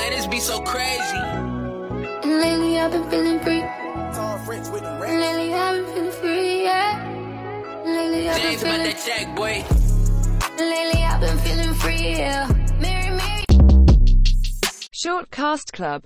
Ladies be so crazy. And lately I've been feeling free. Tom French with the And rest. lately I've been feeling free, yeah. And lately I've been James about feeling. that check, boy. and Lately I've been feeling free, yeah. Mary, Mary. Short Cast Club